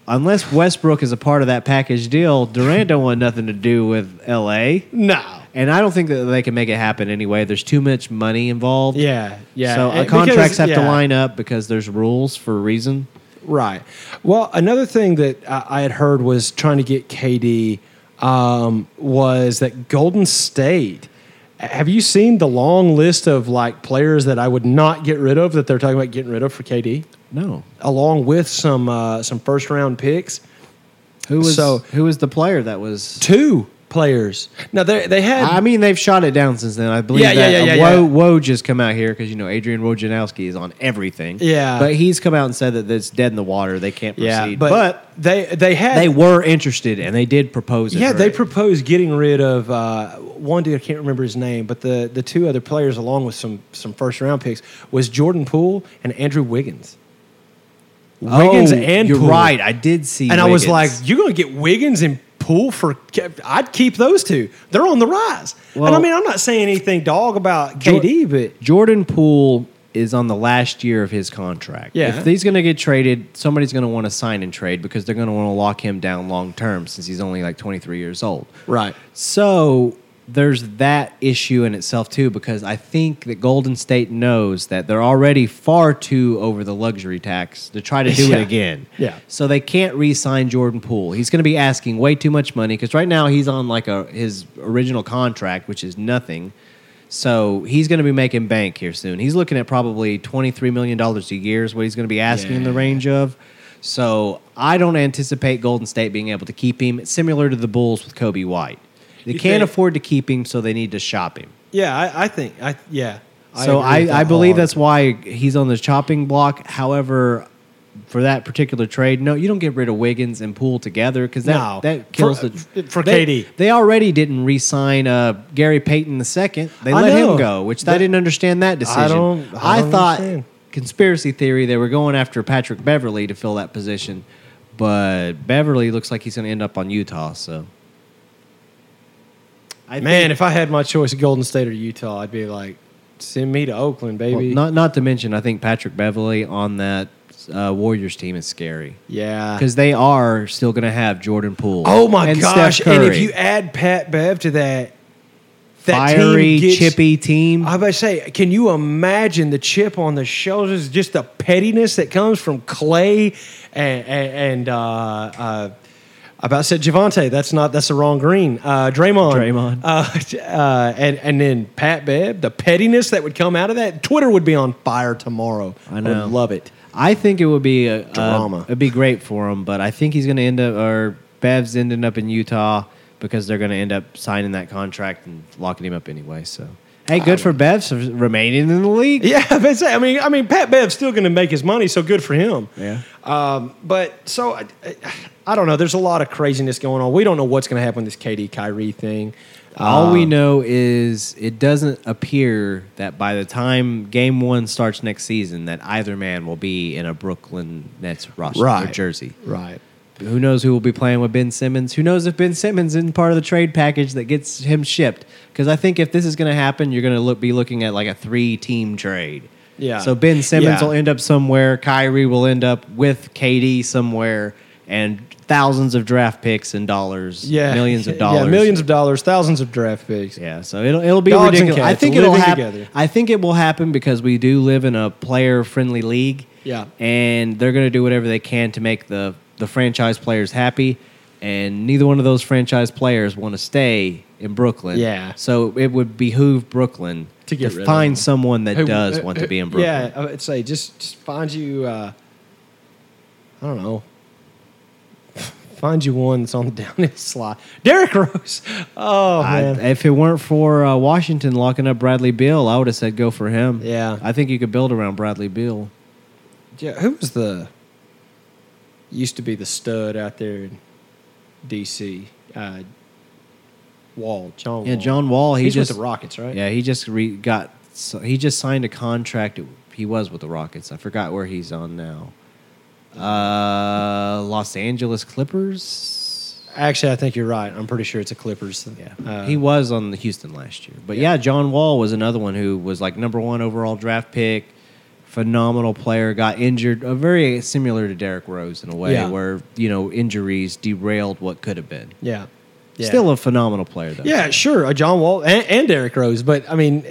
Speaker 2: unless Westbrook is a part of that package deal, Durant don't want nothing to do with L.A.
Speaker 1: No.
Speaker 2: And I don't think that they can make it happen anyway. There's too much money involved.
Speaker 1: Yeah. Yeah.
Speaker 2: So uh,
Speaker 1: And-
Speaker 2: contracts
Speaker 1: because-
Speaker 2: have to
Speaker 1: yeah.
Speaker 2: line up because there's rules for a reason.
Speaker 1: Right. Well, another thing that I, I had heard was trying to get KD um, was that Golden State. Have you seen the long list of like players that I would not get rid of that they're talking about getting rid of for KD,
Speaker 2: No.
Speaker 1: along with some uh, some first round picks?
Speaker 2: Who was
Speaker 1: So-
Speaker 2: who was the player that was?
Speaker 1: Two players. Now they they had
Speaker 2: I mean, they've shot it down since then. I believe
Speaker 1: Yeah, yeah,
Speaker 2: that
Speaker 1: yeah,
Speaker 2: uh,
Speaker 1: yeah,
Speaker 2: Wo-
Speaker 1: yeah.
Speaker 2: Woj has come out here because you know Adrian Wojnarowski is on everything.
Speaker 1: Yeah.
Speaker 2: but he's come out and said that it's dead in the water. They can't
Speaker 1: yeah,
Speaker 2: proceed.
Speaker 1: but, they they had
Speaker 2: they were interested and they did propose. It
Speaker 1: Yeah,
Speaker 2: for
Speaker 1: they
Speaker 2: it.
Speaker 1: proposed getting rid of uh, one dude. I can't remember his name, but the the two other players, along with some some first round picks, was Jordan Poole and Andrew Wiggins. Wiggins
Speaker 2: oh,
Speaker 1: and
Speaker 2: you're
Speaker 1: Poole.
Speaker 2: right. I did see,
Speaker 1: and I was
Speaker 2: Wiggins.
Speaker 1: like, "You're going to get Wiggins and Poole for? I'd keep those two. They're on the rise." and I
Speaker 2: Well-
Speaker 1: mean, I'm not saying anything dog about
Speaker 2: Jor-
Speaker 1: KD, but
Speaker 2: Jordan Poole is on the last year of his contract.
Speaker 1: Yeah.
Speaker 2: If he's going to get traded, somebody's going to want to sign and trade because they're going to want to lock him down long term since he's only like 23 years old.
Speaker 1: right,
Speaker 2: So there's that issue in itself too because I think that Golden State knows that they're already far too over the luxury tax to try to do
Speaker 1: Yeah.
Speaker 2: it again.
Speaker 1: Yeah.
Speaker 2: So they can't re-sign Jordan Poole. He's going to be asking way too much money because right now he's on like a his original contract, which is nothing. So he's going to be making bank here soon. He's looking at probably twenty-three million dollars a year is what he's going to be asking in the
Speaker 1: Yeah.
Speaker 2: range of. So I don't anticipate Golden State being able to keep him. It's similar to the Bulls with Kobe White. They
Speaker 1: You
Speaker 2: can't
Speaker 1: think-
Speaker 2: afford to keep him, so they need to shop him.
Speaker 1: yeah, I, I think, I yeah.
Speaker 2: so
Speaker 1: agree with
Speaker 2: I,
Speaker 1: that
Speaker 2: I believe
Speaker 1: wholeheartedly.
Speaker 2: that's why he's on the chopping block. However, for that particular trade, no, you don't get rid of Wiggins and Poole together because that,
Speaker 1: No.
Speaker 2: that kills
Speaker 1: For- uh,
Speaker 2: the
Speaker 1: for
Speaker 2: they,
Speaker 1: KD.
Speaker 2: They already didn't re-sign uh, Gary Payton the second. They
Speaker 1: I
Speaker 2: let him
Speaker 1: know.
Speaker 2: go, which I
Speaker 1: That-
Speaker 2: didn't understand that decision.
Speaker 1: don't- I don't
Speaker 2: thought
Speaker 1: understand.
Speaker 2: conspiracy theory they were going after Patrick Beverly to fill that position, but Beverly looks like he's going to end up on Utah. So, I
Speaker 1: man. If I had my choice of Golden State or Utah, I'd be like, send me to Oakland,
Speaker 2: Well,
Speaker 1: baby.
Speaker 2: not not to mention, I think Patrick Beverly on that uh, Warriors team is scary
Speaker 1: yeah,
Speaker 2: because they are still going to have Jordan Poole.
Speaker 1: Oh my
Speaker 2: and Steph
Speaker 1: gosh! And if
Speaker 2: Curry.
Speaker 1: you add Pat Bev to that, that team
Speaker 2: fiery,
Speaker 1: gets,
Speaker 2: chippy team,
Speaker 1: I would say, can you imagine the chip on the shoulders? Just the pettiness that comes from Clay and and, and uh, uh, I about said Javante. That's not. That's the wrong green. Uh, Draymond.
Speaker 2: Draymond.
Speaker 1: Uh, uh, and and then Pat Bev. The pettiness that would come out of that. Twitter would be on fire tomorrow.
Speaker 2: I know.
Speaker 1: would love it.
Speaker 2: I think it would be a a-
Speaker 1: Drama.
Speaker 2: it'd be great for him, but I think he's going to end up, or Bev's ending up in Utah because they're going to end up signing that contract and locking him up anyway. So, hey, good for Bev for remaining in the league.
Speaker 1: Yeah, but say- I mean, I mean, Pat Bev's still going to make his money, so good for him.
Speaker 2: Yeah.
Speaker 1: Um, but so I, I don't know. There's a lot of craziness going on. We don't know what's going to happen with this KD Kyrie thing. Uh,
Speaker 2: All we know is it doesn't appear that by the time Game One starts next season, that either man will be in a Brooklyn Nets roster or
Speaker 1: Right.
Speaker 2: jersey.
Speaker 1: Right.
Speaker 2: Who knows who will be playing with Ben Simmons? Who knows if Ben Simmons isn't part of the trade package that gets him shipped? Because I think if this is going to happen, you're going to look be looking at like a three team trade.
Speaker 1: Yeah.
Speaker 2: So Ben Simmons
Speaker 1: Yeah.
Speaker 2: will end up somewhere. Kyrie will end up with KD somewhere, and thousands of draft picks and dollars.
Speaker 1: Yeah.
Speaker 2: Millions of
Speaker 1: Yeah,
Speaker 2: dollars.
Speaker 1: millions of dollars, thousands of draft picks.
Speaker 2: Yeah, so it'll it'll be
Speaker 1: Dogs and
Speaker 2: ridiculous. I
Speaker 1: cats
Speaker 2: think
Speaker 1: living
Speaker 2: it'll happen.
Speaker 1: together.
Speaker 2: I think it will happen because we do live in a player friendly league.
Speaker 1: Yeah.
Speaker 2: and they're going to do whatever they can to make the the franchise players happy, and neither one of those franchise players want to stay in Brooklyn.
Speaker 1: Yeah.
Speaker 2: so it would behoove Brooklyn
Speaker 1: To get rid of
Speaker 2: find
Speaker 1: them.
Speaker 2: someone that
Speaker 1: Who-
Speaker 2: does
Speaker 1: who-
Speaker 2: want to
Speaker 1: who-
Speaker 2: be in Brooklyn.
Speaker 1: eh, Yeah, I would say just, just find you. Uh, I don't know. Find you one that's on the downhill slide. Derrick Rose. Oh
Speaker 2: I-
Speaker 1: man.
Speaker 2: if it weren't for uh, Washington locking up Bradley Beal, I would have said go for him.
Speaker 1: Yeah.
Speaker 2: I think you could build around Bradley Beal.
Speaker 1: yeah, who was the used to be the stud out there in D.C. Uh, Wall John.
Speaker 2: Yeah,
Speaker 1: Wall.
Speaker 2: John Wall. He
Speaker 1: He's
Speaker 2: just
Speaker 1: with the Rockets, right?
Speaker 2: Yeah, he just re- got so he just signed a contract. He was with the Rockets. I forgot where he's on now. Uh, Los Angeles Clippers.
Speaker 1: Actually, I think you're right. I'm pretty sure it's a Clippers.
Speaker 2: Yeah,
Speaker 1: Uh,
Speaker 2: he was on the Houston last year. But yeah. John Wall was another one who was like number one overall draft pick, phenomenal player. Got injured, uh, very similar to Derrick Rose in a way,
Speaker 1: Yeah.
Speaker 2: where you know injuries derailed what could have been.
Speaker 1: yeah. Yeah.
Speaker 2: Still a phenomenal player though.
Speaker 1: Yeah, sure, a John Wall and, and Derrick Rose, but I mean,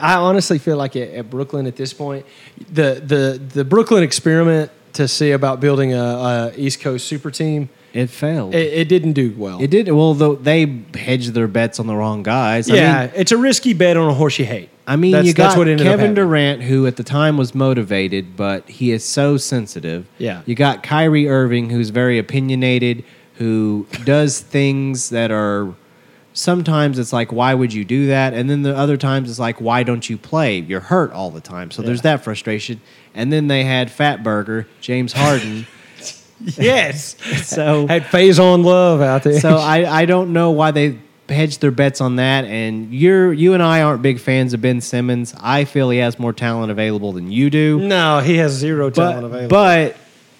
Speaker 1: I honestly feel like at, at Brooklyn at this point, the the the Brooklyn experiment to see about building a, a East Coast super team,
Speaker 2: it failed.
Speaker 1: it, it didn't do well.
Speaker 2: It did. Well, though they hedged their bets on the wrong guys. I
Speaker 1: yeah,
Speaker 2: mean,
Speaker 1: it's a risky bet on a horse you hate.
Speaker 2: I mean
Speaker 1: that's,
Speaker 2: you got
Speaker 1: that's what ended up
Speaker 2: Kevin
Speaker 1: happening.
Speaker 2: Durant, who at the time was motivated, but he is so sensitive.
Speaker 1: Yeah.
Speaker 2: You got Kyrie Irving, who's very opinionated, who does things that are. Sometimes it's like, why would you do that? And then the other times it's like, why don't you play? You're hurt all the time. So there's that frustration. And then they had Fatburger, James Harden.
Speaker 1: Yes,
Speaker 2: so
Speaker 1: had phase on love out there.
Speaker 2: so I, I don't know why they hedged their bets on that. And you're you and I aren't big fans of Ben Simmons. I feel he has more talent available than you do.
Speaker 1: no, he has zero Mm, talent
Speaker 2: But,
Speaker 1: available.
Speaker 2: but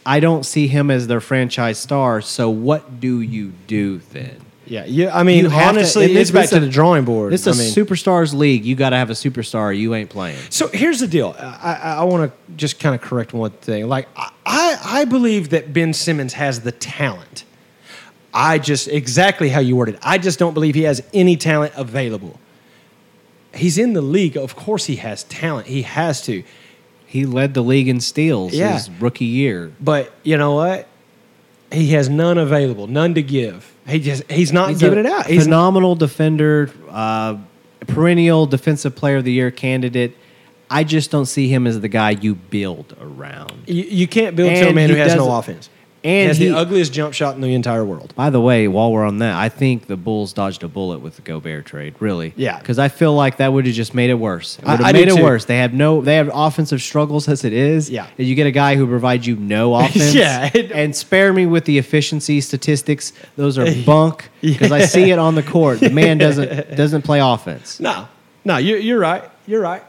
Speaker 2: I don't see him as their franchise star. So what do you do then?
Speaker 1: yeah, yeah. I mean,
Speaker 2: You have to-
Speaker 1: honestly,
Speaker 2: and
Speaker 1: it's
Speaker 2: this
Speaker 1: back
Speaker 2: is
Speaker 1: to
Speaker 2: a-
Speaker 1: the drawing board.
Speaker 2: It's
Speaker 1: I
Speaker 2: a
Speaker 1: mean-
Speaker 2: superstars league. You got to have a superstar. You ain't playing.
Speaker 1: So here's the deal. I, I, I want to just kind of correct one thing. Like I, I I believe that Ben Simmons has the talent. I just exactly how you worded. it. I just don't believe he has any talent available. He's in the league. Of course, he has talent. He has to.
Speaker 2: He led the league in steals
Speaker 1: Yeah.
Speaker 2: his rookie year.
Speaker 1: But you know what? He has none available. None to give. He just he's not
Speaker 2: He's
Speaker 1: giving
Speaker 2: a
Speaker 1: it out. He's not.
Speaker 2: phenomenal defender, uh, perennial defensive player of the year candidate. I just don't see him as the guy you build around.
Speaker 1: You, you can't build to a
Speaker 2: And
Speaker 1: man who
Speaker 2: he
Speaker 1: has no
Speaker 2: doesn't-
Speaker 1: offense.
Speaker 2: and
Speaker 1: has
Speaker 2: he-
Speaker 1: the ugliest jump shot in the entire world.
Speaker 2: By the way, while we're on that, I think the Bulls dodged a bullet with the Gobert trade. Really,
Speaker 1: Yeah.
Speaker 2: because I feel like that would have just made it worse. It
Speaker 1: I-
Speaker 2: would
Speaker 1: I
Speaker 2: have
Speaker 1: do
Speaker 2: made it
Speaker 1: too.
Speaker 2: worse. They have no, they have offensive struggles as it is.
Speaker 1: Yeah.
Speaker 2: and you get a guy who provides you no offense.
Speaker 1: Yeah.
Speaker 2: and spare me with the efficiency statistics; those are bunk. Because I see it on the court. The man doesn't doesn't play offense.
Speaker 1: No, no, you, you're right. You're right.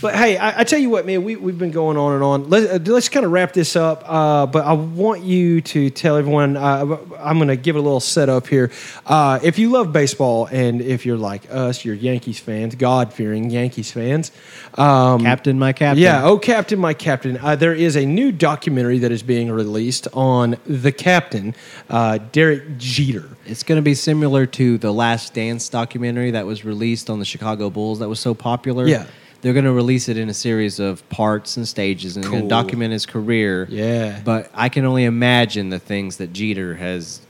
Speaker 1: But hey, I, I tell you what, man, we, we've been going on and on. Let, uh, let's kind of wrap this up. Uh, but I want you to tell everyone uh, I'm going to give it a little setup here. Uh, if you love baseball and if you're like us, you're Yankees fans, God fearing Yankees fans. Um,
Speaker 2: Captain, my captain.
Speaker 1: yeah, oh, Captain, my Captain. Uh, there is a new documentary that is being released on the Captain, uh, Derek Jeter.
Speaker 2: It's going to be similar to the Last Dance documentary that was released on the Chicago Bulls that was so popular.
Speaker 1: Yeah.
Speaker 2: They're going to release it in a series of parts and stages and they're going
Speaker 1: Cool.
Speaker 2: to document his career.
Speaker 1: Yeah.
Speaker 2: But I can only imagine the things that Jeter has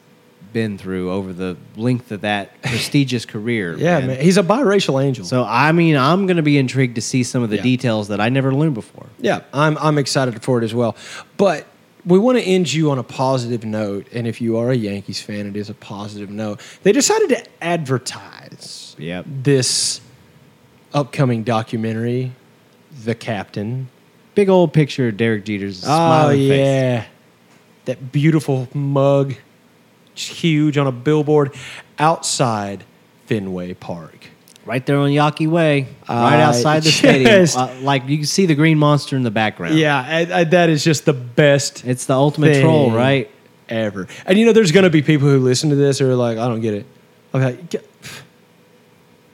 Speaker 2: been through over the length of that prestigious career.
Speaker 1: Yeah, man. He's a biracial angel.
Speaker 2: So, I mean, I'm going to be intrigued to see some of the
Speaker 1: Yeah.
Speaker 2: details that I never learned before.
Speaker 1: Yeah, I'm I'm excited for it as well. But we want to end you on a positive note, and if you are a Yankees fan, it is a positive note. They decided to advertise
Speaker 2: Yep.
Speaker 1: this upcoming documentary, The Captain.
Speaker 2: Big old picture of Derek Jeter's
Speaker 1: Oh
Speaker 2: smiling face.
Speaker 1: yeah, that beautiful mug, just huge on a billboard outside Fenway Park.
Speaker 2: Right there on Yaki Way, right
Speaker 1: Uh,
Speaker 2: outside the stadium.
Speaker 1: yes.
Speaker 2: Uh, like you can see the green monster in the background.
Speaker 1: Yeah, I, I, that is just the best.
Speaker 2: It's the ultimate troll,
Speaker 1: thing
Speaker 2: right?
Speaker 1: Ever. And you know, there's going to be people who listen to this who are like, I don't get it. I'm like, "Get-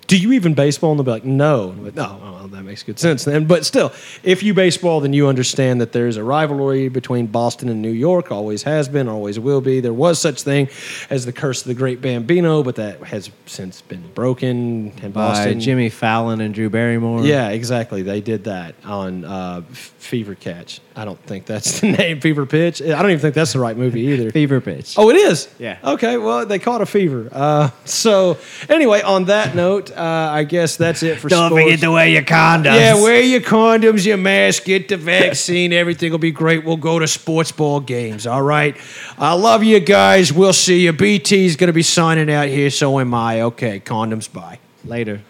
Speaker 1: do you even baseball? And they'll be like, no. I'm like, no, well, that makes good sense then. But still, if you baseball, then you understand that there's a rivalry between Boston and New York. Always has been, always will be. There was such thing as the curse of the great Bambino, but that has since been broken. And
Speaker 2: By
Speaker 1: Boston,
Speaker 2: Jimmy Fallon and Drew Barrymore.
Speaker 1: yeah, exactly. They did that on uh, F- Fever Catch. I don't think that's the name. Fever Pitch. I don't even think that's the right movie either.
Speaker 2: Fever pitch.
Speaker 1: Oh, it is.
Speaker 2: Yeah.
Speaker 1: Okay. Well, they caught a fever. Uh, so anyway, on that note, uh, I guess that's it for sports.
Speaker 2: wear your condoms.
Speaker 1: yeah, wear your condoms, your mask, get the vaccine. Everything will be great. We'll go to sports ball games. All right. I love you guys. We'll see you. BT's going to be signing out here. So am I. Okay. Condoms. Bye.
Speaker 2: Later.